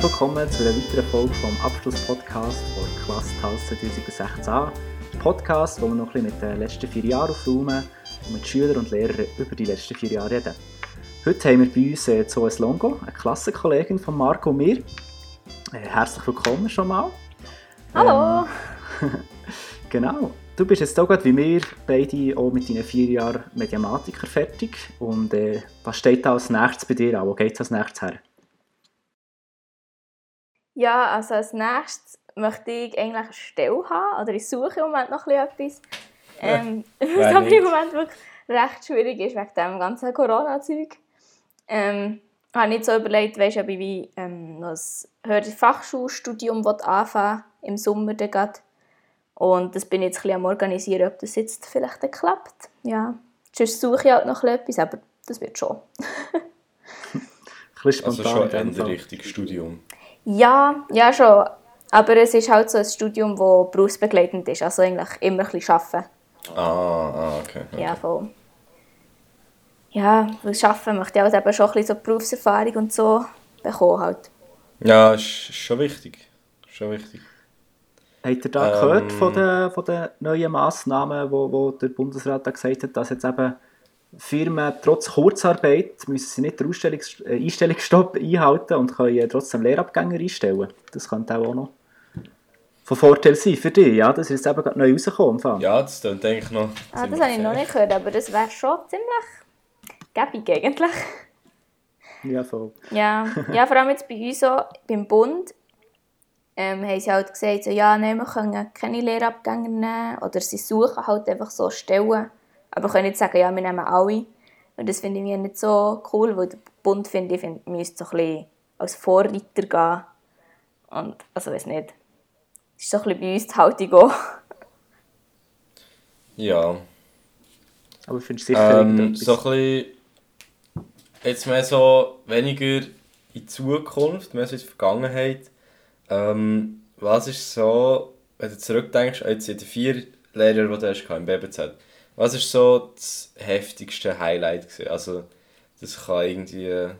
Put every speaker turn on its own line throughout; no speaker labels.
willkommen zu einer weiteren Folge vom Abschlusspodcast von Klasse Tasse 2016a. Der Podcast, wo wir noch ein bisschen mit den letzten vier Jahren aufräumen und mit Schülern und Lehrern über die letzten vier Jahre reden. Heute haben wir bei uns äh, Zoe Longo, eine Klassenkollegin von Marco und mir. Äh, herzlich willkommen schon mal.
Hallo!
Ähm, genau. Du bist jetzt auch gerade wie wir beide auch mit deinen vier Jahren Mediamatiker fertig. Und äh, was steht da als nächstes bei dir an? Wo geht es als nächstes her?
Ja, also als nächstes möchte ich eigentlich eine Stelle haben, oder ich suche im Moment noch ein bisschen etwas. Ähm, was
wer
aber
nicht?
im Moment wirklich recht schwierig ist, wegen dem ganzen Corona-Zeug. Ähm, ich habe nicht so überlegt, weißt, ob ich wie, ähm, noch ein höheres Fachschulstudium will anfangen im Sommer dann grad. Und das bin ich jetzt ein bisschen am organisieren, ob das jetzt vielleicht dann klappt. Ja, sonst suche ich halt noch ein bisschen etwas, aber das wird schon.
Ein bisschen
Also
spontan
schon
in dem
Ende
Fall.
richtig Studium.
Ja, ja schon. Aber es ist halt so ein Studium, das berufsbegleitend ist. Also eigentlich immer ein bisschen arbeiten.
Ah, ah okay. okay.
Ja, voll. Ja, weil arbeiten möchte ich halt eben schon ein bisschen so Berufserfahrung und so bekommen halt.
Ja, ist ist schon wichtig. Ist Schon wichtig.
Habt ihr da gehört
Ähm,
von den, von den neuen Massnahmen, wo, wo der Bundesrat da gesagt hat, dass jetzt eben Firmen trotz Kurzarbeit müssen sie nicht den Ausstellungs äh, Einstellungsstopp einhalten und können äh, trotzdem Lehrabgänger einstellen. Das könnte auch noch von Vorteil sein für dich, ja? Das ist jetzt eben gerade neu rausgekommen. Ja.
Ja, das klingt eigentlich noch.
Ah, das
ziemlich
habe ich noch
fair.
nicht gehört, aber das wäre schon ziemlich gäbig eigentlich.
ja, voll.
Ja, ja vor allem jetzt bei uns so, beim Bund, ähm, haben sie halt gesagt, so, ja, nein, wir können keine Lehrabgänger nehmen oder sie suchen halt einfach so Stellen, aber können nicht sagen, ja, wir nehmen alle. Und das finde ich mir nicht so cool, weil der Bund, finde ich, find, müsste so ein bisschen als Vorreiter gehen. Und, also, weiß nicht. Das ist so ein bisschen bei uns die Haltung auch.
Ja.
Aber findest du sicher
Ähm,
irgendetwas?
so ein bisschen. Jetzt mehr so weniger in Zukunft, mehr so in die Vergangenheit. Ähm, was ist so, wenn du zurückdenkst, an jetzt die vier Lehrer, die du hast gehabt im BBZ, was ist so das heftigste Highlight? Gewesen? Also, das kann irgendwie äh,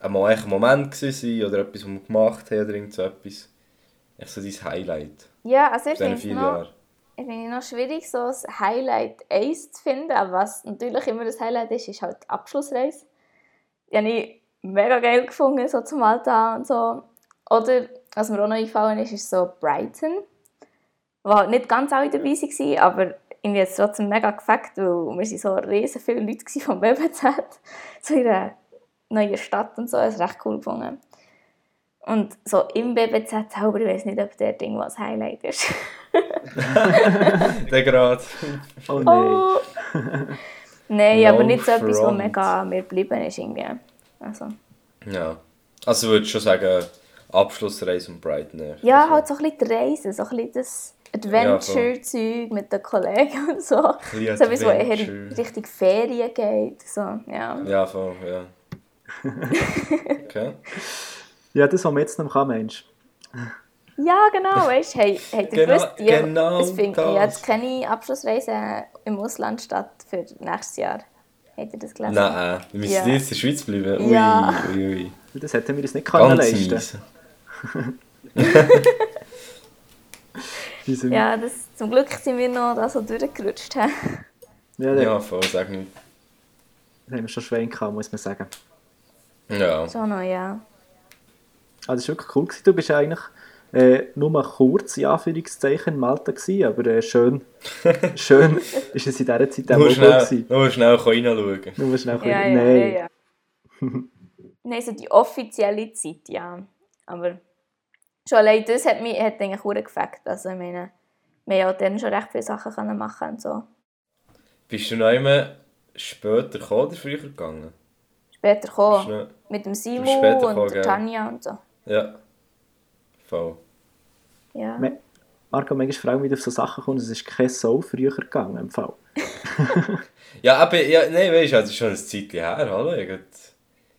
einmal echt ein Moment gewesen sein oder etwas, was wir gemacht haben oder irgend so etwas. Echt so dein Highlight
Ja, also, ich
in diesen
finde
vier Jahren.
Ich finde es noch schwierig, so ein Highlight 1 zu finden, aber was natürlich immer das Highlight ist, ist halt die Abschlussreise. Die habe ich mega geil gefunden, so zum Malta und so. Oder, was mir auch noch eingefallen ist, ist so Brighton, wo halt nicht ganz alle dabei waren, aber irgendwie hat es trotzdem mega gefällt, weil wir sind so riesen viele Leute gewesen vom BBZ, so in einer neuen Stadt und so, das habe ich recht cool gefunden. Und so im BBZ selber, ich weiß nicht, ob der Ding was Highlight ist.
Der Grad.
oh nein.
Oh. Nein,
No
aber nicht so etwas, was
front.
mega mir geblieben ist. Irgendwie. Also,
Ja. Also würdest du schon sagen, Abschlussreise und Brighton. echt.
ja,
Also,
halt so ein bisschen die Reisen, so ein bisschen das Adventure-Zeug mit den Kollegen und so. So
bisschen
etwas, was eher in
Adventure.
Richtung Ferien geht. So, ja.
Ja, voll, ja. okay.
Ja, das, was man jetzt noch kann, Mensch.
ja, genau, weißt du, hey, hey, du
Genau-
wisst, ja,
genau
es findet
das.
ja jetzt keine Abschlussreise im Ausland statt für nächstes Jahr. Habt ihr das gelesen?
Nein, äh, wir müssen
Ja.
jetzt in der Schweiz bleiben. Ui,
Ja.
ui, ui.
Das hätten wir uns nicht können
Ganz
leisten
mies.
Diesem-
Ja, das, zum Glück sind wir noch da so durchgerutscht. hä?
ja, da
Ja, voll, sag nicht.
da haben wir schon Schwein gehabt, muss man sagen.
Ja.
Schon noch, ja.
Also das war wirklich cool. gewesen. Du bist eigentlich äh, nur kurz, in Anführungszeichen, in Malta gewesen, aber äh, schön, schön ist es in dieser Zeit auch
Nur
mal cool
schnell,
gewesen.
nur schnell reinschauen.
Nur schnell ein
Ja,
bisschen-
ja,
Nein.
ja, ja. Nein, so die offizielle Zeit, ja. Aber schon allein das hat mich hat eigentlich sehr gefällt. Also ich meine, wir haben ja dann schon recht viele Sachen können machen und so.
Bist du noch immer später gekommen oder früher gegangen?
Später
Bist du
kommen.
noch-
Mit dem Simu
bist später gekommen,
und der
gell?
Tanja und so.
Ja. Voll.
Ja.
Me- Marco, manchmal frage ich mich, wie du auf so Sachen kommst, es ist kein Soul früher gegangen im Fall.
Ja, aber, ja, nein, weißt du, das ist schon ein Zeitchen her, hallo? Ich wollte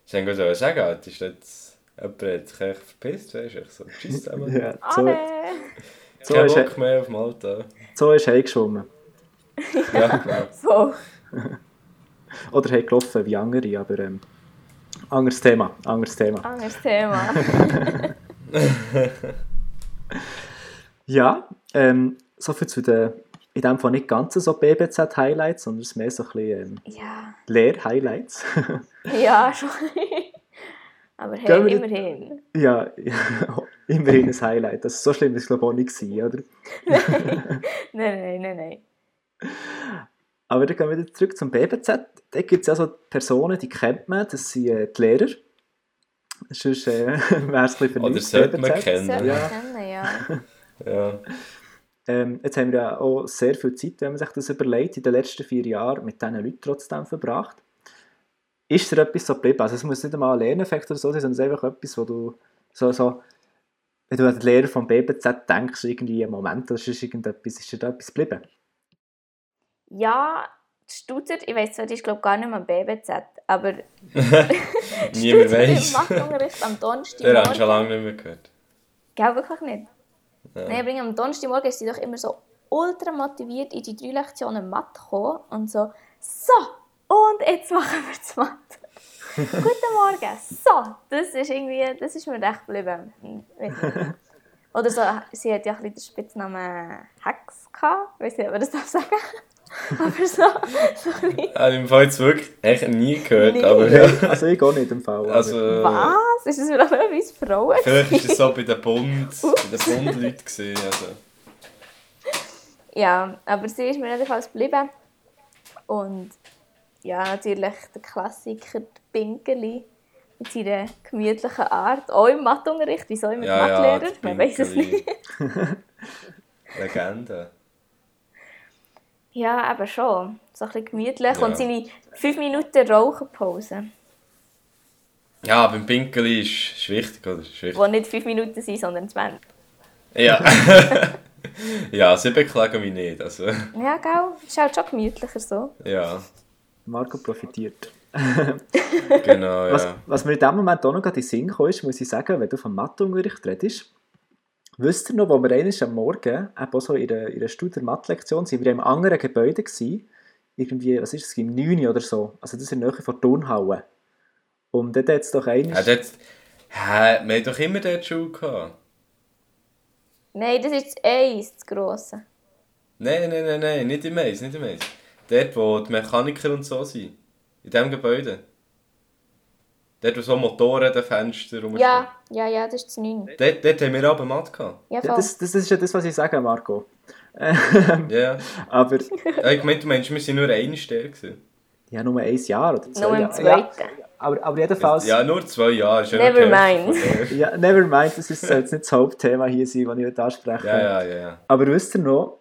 ich wollte gerade sagen, Alter, ist jetzt jemand hat sich echt verpisst, weißt du? Ich so, tschüss zusammen.
Ja,
Ah,
so,
Alle!
so,
Kein
ist,
Bock mehr auf Malta.
so ist er geschwommen.
Ja, genau.
So.
Oder hat gelaufen wie andere, aber ähm, anderes Thema. Anderes Thema.
Anderes Thema.
ja, ähm, soviel zu den, in dem Fall nicht ganz so BBZ-Highlights, sondern es ist mehr so ein bisschen ähm,
Ja,
Lehr-Highlights.
ja, schon. Aber
Gehen
hey,
wir-
immerhin.
ja, immerhin ein Highlight. Das, so schlimm ist es, glaube ich, auch nicht gewesen, oder?
Nein, nein, nein, nein.
Aber dann gehen wir wieder zurück zum BBZ. Da gibt es ja so Personen, die kennt man, das sind äh, die Lehrer. Sonst äh, wäre es ein bisschen für
Oder
nichts,
sollte man
BBZ.
Das sollte
kennen.
Ja.
man kennen, ja.
Ja.
Ähm, jetzt haben wir ja auch sehr viel Zeit, wenn man sich das überlegt, in den letzten vier Jahren mit diesen Leuten trotzdem verbracht. Ist dir etwas so geblieben? Also es muss nicht einmal ein Lerneffekt oder so sein, sondern es ist einfach etwas, wo du so, so wenn du an den Lehrer vom BBZ denkst, irgendwie einen Moment, das ist irgendetwas, ist dir da etwas geblieben?
Ja, die Stuttgart, ich weiss zwar, die ist glaube gar nicht mehr am BBZ, aber
Niemand
im
weiß.
Machtunterricht am
Der haben schon
Donnerstagmorgen.
lange nicht mehr gehört.
Gell, wirklich nicht.
Ja.
Nein, aber irgendwie am Donnerstagmorgen ist sie doch immer so ultra motiviert in die drei Lektionen Mathe gekommen und so, so, und jetzt machen wir das Mathe. Guten Morgen, so, das ist irgendwie, das ist mir recht geblieben. Hm, weiss nicht. Oder so, sie hat ja ein bisschen den Spitznamen Hex gehabt, weiß nicht, ob man das darf sagen. Aber so, so ein bisschen,
Habe ich im Fall jetzt wirklich echt nie gehört,
Nee.
aber
Also ich gehe nicht im Fall. aber-
also,
was? Ist das vielleicht noch etwas Frauen?
vielleicht ist es so bei den Bund, bei den Bundleuten gesehen. Also.
Ja, aber sie ist mir jedenfalls geblieben. Und ja, natürlich der Klassiker, der Pinkeli, mit seiner gemütlichen Art. Auch im Matheunterricht, wieso immer
Ja,
ja,
ja,
Mathelehrer?
die
Man weiß es
Pinkeli.
nicht.
Legende.
Ja, aber schon. So ein bisschen gemütlich.
Ja.
Und seine 5 Minuten Rauchenpause.
Ja, beim Pinkeli ist, ist wichtig, oder? Ist wichtig.
Die nicht 5 Minuten sind, sondern 20.
Ja. ja, sie beklagen mich nicht. Also,
Ja, gell? Ist halt schon gemütlicher so.
ja,
Marco profitiert.
genau,
Was,
ja.
was mir in dem Moment auch noch gerade in den Sinn kam, ist, muss ich sagen, wenn du vom Matheunterricht redest, wisst ihr noch, wo wir eines am Morgen, eben auch so in der, in der Studer-Mathe-Lektion, sind wir in einem anderen Gebäude gewesen, irgendwie, was ist es, im 9 oder so, also das ist in der Nähe von der Turnhalle. Und dort hat es doch eines...
Hat jetzt, hä, wir haben doch immer dort Schule gehabt.
Nein, das ist das Eis, das Grosse.
Nein, nein, nein, nein, nicht im Eis, nicht im Eis. Dort, wo die Mechaniker und so sind. In diesem Gebäude. Dort, wo so Motoren, den Fenster rumstehen.
Ja, ja, ja, das ist das 9.
Dort, dort haben wir aber Mathe gehabt.
Ja,
ja,
voll.
das, das, das ist ja das, was ich sage, Marco.
Ja.
Aber
Ja, Ich meinte, du meinst, wir sind nur eine Stelle gewesen.
ja, nur ein Jahr oder zwei
Nur im
Jahre.
zweiten.
Ja, aber, aber jedenfalls...
Ja, nur zwei Jahre. ist ja
Never
die Hälfte
mind.
von der-
Ja, never mind, das ist soll jetzt nicht das Hauptthema hier sein, das ich heute ansprechen
Ja, ja, ja. ja.
Aber wisst ihr noch,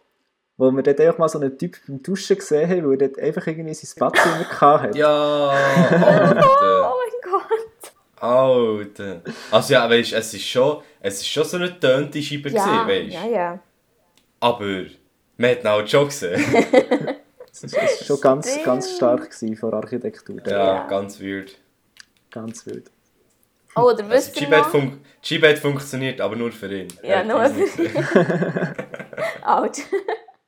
wo wir dort einfach mal so einen Typ beim Duschen gesehen haben, weil er dort einfach irgendwie sein Badzimmer gehabt hat?
Ja, Alter.
Oh mein Gott.
Alter. Also ja, weißt du, es ist schon, es ist schon so eine tönte Scheibe
Ja,
gewesen, weißt du.
ja, ja.
Aber man hat ihn halt schon gesehen.
Das ist- das ist schon ganz,
Stimmt.
ganz stark gewesen von der Architektur.
ja,
Ja.
ganz weird.
Ganz wild.
Oh, oder
Also,
wisst
die
ihr
Scheibe hat
noch?
fun die Scheibe hat funktioniert, aber nur für ihn.
Ja,
Er hat
nur
uns nicht
für ihn.
gesehen.
Out.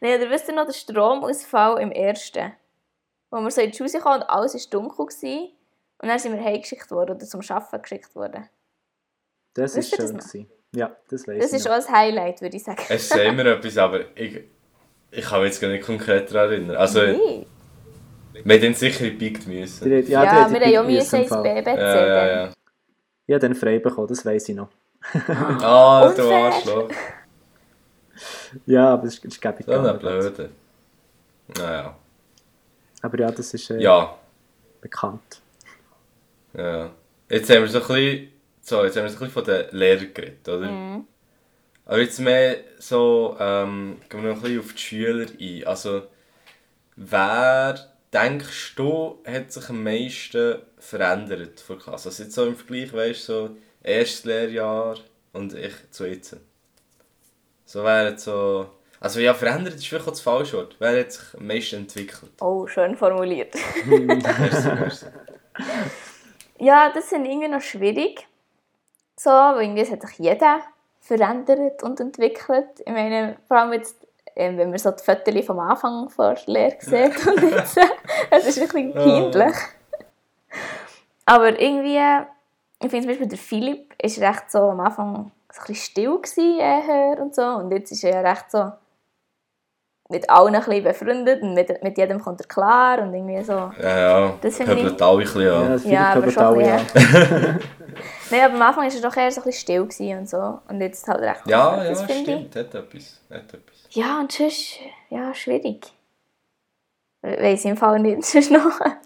Nein, oder wisst ihr noch den Stromausfall im ersten? Wo wir so in die Schule kamen und alles war dunkel. Gewesen. Und dann sind wir heimgeschickt worden oder zum Arbeiten geschickt worden.
Das war
Wisst ihr das
schön.
noch?
gewesen. Ja, das weiß
Das
ich
ist auch
noch.
ein Highlight, würde ich sagen.
Es ist immer etwas, aber ich, ich kann mich jetzt gar nicht konkret daran erinnern. Also,
Nee.
wir hätten sicher gepickt müssen.
Ihr habt-
Ja,
ihr habt
wir
die
haben ja
Bibel
müssen
im
ins
Fall.
BBZ.
Ja, ja, ja.
Ich habe den frei bekommen, das weiß ich noch.
Ah, du
Unfair.
Arschloch.
Ja, aber das ist, das ist gäbig
So
gegangen.
eine Blöde. Naja.
Aber ja, das ist äh,
Ja.
bekannt.
Ja. Jetzt haben wir so ein bisschen, so, jetzt haben wir so ein bisschen von den Lehrern geredet, oder?
Mm.
Aber jetzt mehr so, ähm, gehen wir noch ein bisschen auf die Schüler ein. Also, wer, denkst du, hat sich am meisten verändert von der Klasse? Also jetzt so im Vergleich, weißt du, so erstes Lehrjahr und ich zu jetzt. So wäre so... Also ja, verändert ist vielleicht auch das falsche Wort. Wer hat sich am meisten entwickelt?
Oh, schön formuliert.
Merci, merci.
Ja, das sind irgendwie noch schwierig. So, weil irgendwie es hat sich jeder verändert und entwickelt. Ich meine, vor allem jetzt, ähm, wenn man so die Fotos vom Anfang vor der Lehre sieht und jetzt, äh, es ist ein bisschen peinlich. Aber irgendwie, ich finde zum Beispiel, der Philipp ist recht so am Anfang so ein bisschen still gewesen, eher und so. Und jetzt ist er ja recht so mit allen ein bisschen befreundet und mit, mit jedem kommt er klar und irgendwie so.
Ja, ja.
Das finde ich-
Pöbelt alle ein bisschen
Ja,
an.
das Philipp
Ja, aber
hört
schon
alle
ein
an.
Nein, aber am Anfang war er doch eher so ein bisschen still gewesen und so. Und jetzt halt recht.
Ja,
offen.
ja,
Das finde ich-
stimmt. Hat etwas. Hat etwas.
Ja, und sonst, ja, schwierig. We- Weiss ich im Fall nicht, sonst noch.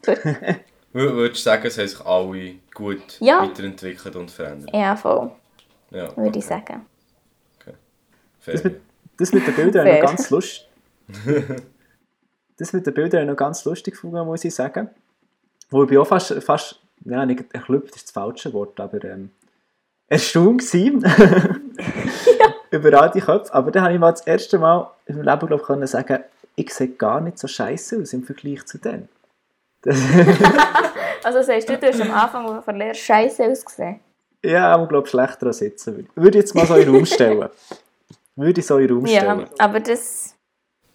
Wür- Würdest du sagen, es haben sich alle gut
Ja.
weiterentwickelt und verändert?
ja, voll,
Ja,
würde
okay.
ich sagen.
Das
Fair.
mit, das mit den Bildern habe ich
Fair.
noch ganz lustig. das mit den Bildern habe ich noch ganz lustig gefunden, muss ich sagen. Wo ich bin auch fast, fast ja, nicht erklüpft ist das falsche Wort, aber ähm, erstaunt war. Über all die Köpfe. Aber da habe ich mal das erste Mal im Leben, glaube ich, können sagen, ich sehe gar nicht so scheiße aus im Vergleich zu denen.
Also sagst du, du hast am Anfang von der Lehre scheiße ausgesehen.
Ja, aber glaube schlechter als jetzt. Würde ich jetzt mal so in den Raum stellen. Würde ich so in den Raum stellen.
Ja, aber das...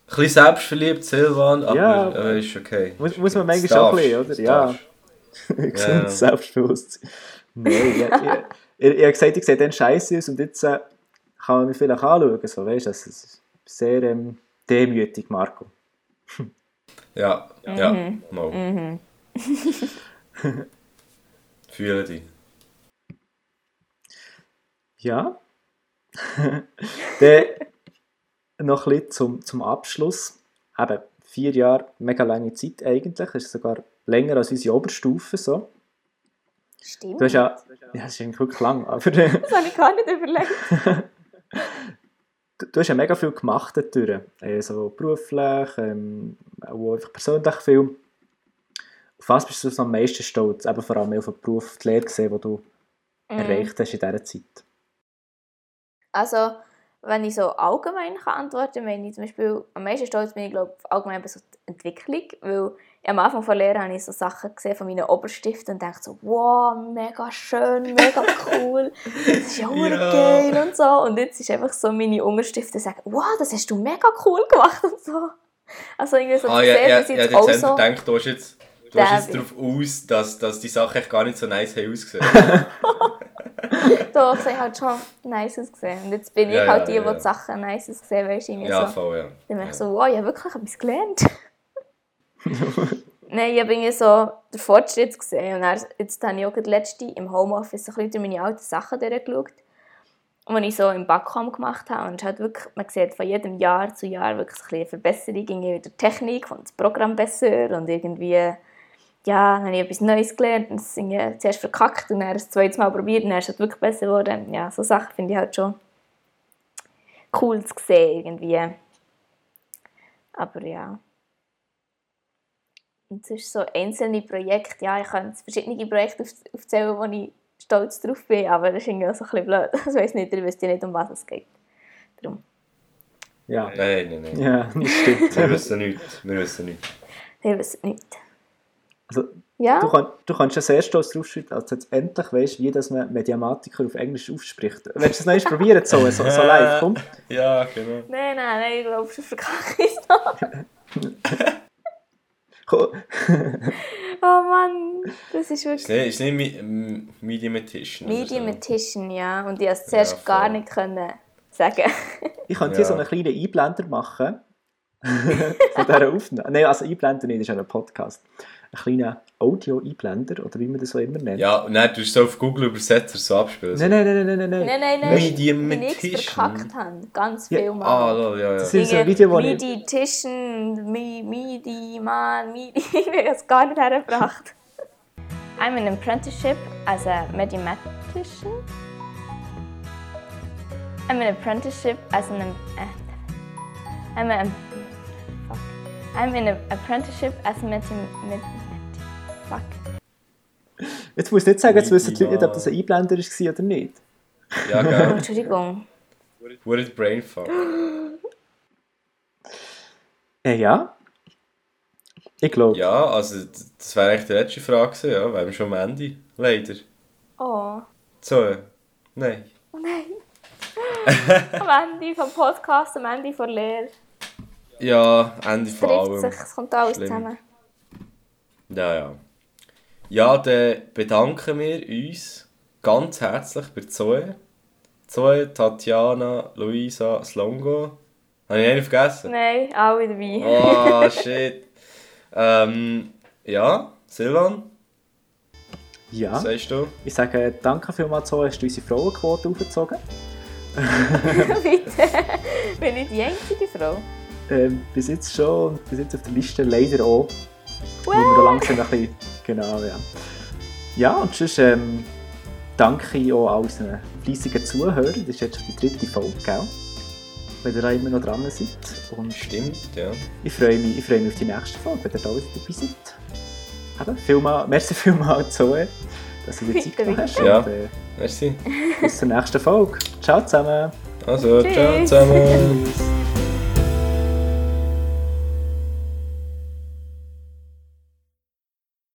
Ein bisschen selbstverliebt, Silvan, aber
Ja.
äh, ist okay.
Muss-
Ist
muss man
okay.
manchmal auch ein
Das
bisschen,
darfst,
oder? Ja.
das darfst.
gesund,
Ja.
selbstbewusst. Nein, ich, ich, ich, ich habe gesagt, ich sehe dann scheiße aus und jetzt äh, kann man mich vielleicht anschauen. So, weißt, das ist sehr ähm, demütig, Marco.
Ja, ja, mal.
Mhm.
Fühle dich.
Ja. dann noch ein bisschen zum, zum Abschluss. Eben, vier Jahre, mega lange Zeit eigentlich. Ist sogar länger als unsere Oberstufe. So.
Stimmt.
Du hast ja, ja, Oh, das ist eigentlich wirklich lang, aber äh,
Das habe ich gar nicht überlegt.
du, du hast ja mega viel gemacht dadurch. Also beruflich, ähm, auch einfach persönlich viel. Auf was bist du so am meisten stolz? Eben vor allem auf den Beruf, die Lehre gesehen, die du
Mhm.
erreicht hast in dieser Zeit.
Also, wenn ich so allgemein kann antworten kann, meine ich zum Beispiel, am meisten stolz bin ich, glaube ich, allgemein bei so die Entwicklung, weil am Anfang von Lehre habe ich so Sachen gesehen von meinen Oberstiften und dachte so, wow, mega schön, mega cool, das ist ja,
Ja.
ja. geil und so. Und jetzt ist einfach so, meine Unterstifte sagen, wow, das hast du mega cool gemacht und so. Also irgendwie so,
Ah,
zu
ja,
sehen,
ja,
dass ich
ja,
jetzt
jetzt haben
auch
wir
so...
gedacht, du hast jetzt, du hast jetzt
David.
darauf aus, dass, dass die Sachen echt gar nicht so nice haben ausgesehen
Doch, sie hat schon nice ausgesehen. Und jetzt bin
Ja,
ich halt
ja,
die,
ja,
die
ja.
die Sachen nice aussehen, weißt du, irgendwie
ja,
so.
voll, ja.
Dann bin ich
ja.
so, wow, ich habe wirklich etwas gelernt. Nein, ich habe irgendwie so den Fortschritt gesehen. Und dann, jetzt habe ich auch gerade letzte im Homeoffice so ein bisschen durch meine alten Sachen durchgeschaut. Und wenn ich so im Backcom gemacht habe, und es ist halt wirklich, man sieht von jedem Jahr zu Jahr wirklich so ein bisschen eine Verbesserung irgendwie in der Technik, und das Programm besser und irgendwie, ja, dann habe ich etwas Neues gelernt und es irgendwie zuerst verkackt und dann das zweite Mal probiert und dann ist es halt wirklich besser geworden. Ja, so Sachen finde ich halt schon cool zu sehen irgendwie. Aber ja. Und sonst so einzelne Projekte, ja, ich kann jetzt verschiedene Projekte auf- aufzählen, wo ich stolz drauf bin, aber das ist irgendwie auch so ein bisschen blöd. Ich weiß nicht, ihr wisst ja nicht, um was es geht.
Ja,
Nein, nein, nein.
ja das stimmt.
Wir wissen nichts. Wir wissen nichts.
Ihr wisst nicht.
Also,
Ja?
du, kannst, du kannst ja sehr stolz drauf schreiben, als du jetzt endlich weißt, wie das man Mediamatiker auf Englisch aufspricht. Willst du es noch probieren, so, so, so live? Komm.
Ja, genau.
Nein, nein, nein, ich glaube, schon verkacke ich es noch.
Komm.
Oh Mann, das ist
Ist
wirklich...
nicht, ist nicht Mi- M- Medium-Edition. oder so.
Medium-Edition, ja. Und ich konnte es
Ja,
zuerst gar
voll.
nicht können sagen.
Ich könnte hier
Ja.
so einen kleinen Einblender machen. von dieser Aufnahme. Nein, also Einblender nicht, das ist ja ein Podcast. Ein kleiner Audio-Einblender, oder wie man das so immer nennt.
Ja, und dann tust du so auf Google Übersetzer so abspielen.
Nein, nein, nein, nein, nein, nein.
Nein, nein, nein.
Medium
Wenn ich es
Petition.
verkackt habe, ganz
Ja.
viel Mal.
Ah, lol, ja, ja.
Das ist so ein Video, wo ich...
Midi, Tischen, Mi, Midi, Man, Midi. Ich habe es gar nicht hergebracht. I'm an apprenticeship as a medimatician. I'm an apprenticeship as an... eh, I'm a... Fuck. I'm in an apprenticeship as a mathemat... Fuck.
Jetzt muss ich nicht sagen, jetzt wissen die Leute nicht, ob das ein Einblender war oder nicht.
Ja,
Oh,
gell.
Entschuldigung.
Wurde Brainfuck.
Äh, ja. Ich glaube.
Ja, also d- das wäre eigentlich die letzte Frage gewesen, ja. Wir haben schon am Ende. Leider.
Oh.
So, äh, nein.
Oh nein. am Ende vom Podcast, am Ende von Lehre.
Ja, Ende von
Trifft
allem.
sich, es kommt alles
Schlimm.
zusammen.
Ja, ja. Ja, dann bedanken wir uns ganz herzlich bei Zoe. Zoe, Tatjana, Luisa, Slongo. Habe ich einen vergessen?
Nein, alle dabei.
Oh, shit. ähm, ja, Silvan, was
Ja,
sagst du?
ich sage danke vielmals, so hast du unsere Frauenquote aufgezogen.
Bitte. Bin ich die einzige Frau?
Ähm, bis jetzt schon und bis jetzt auf der Liste leider auch. Wow. Wo wir da langsam ein bisschen. Genau, ja. Ja, und sonst ähm, danke ich auch all unseren fleissigen Zuhörern. Das ist jetzt schon die dritte Folge, gell? Wenn ihr da immer noch dran seid. Und
Stimmt, ja.
ich freue mich, ich freue mich auf die nächste Folge, wenn ihr da wieder dabei seid. Eben, vielmal, merci vielmals, Zoe, dass du dir Zeit
Bitte,
genommen hast.
bitte.
Und, äh,
Merci.
bis zur nächsten Folge. Ciao zusammen.
Also, ciao
Tschüss.
zusammen.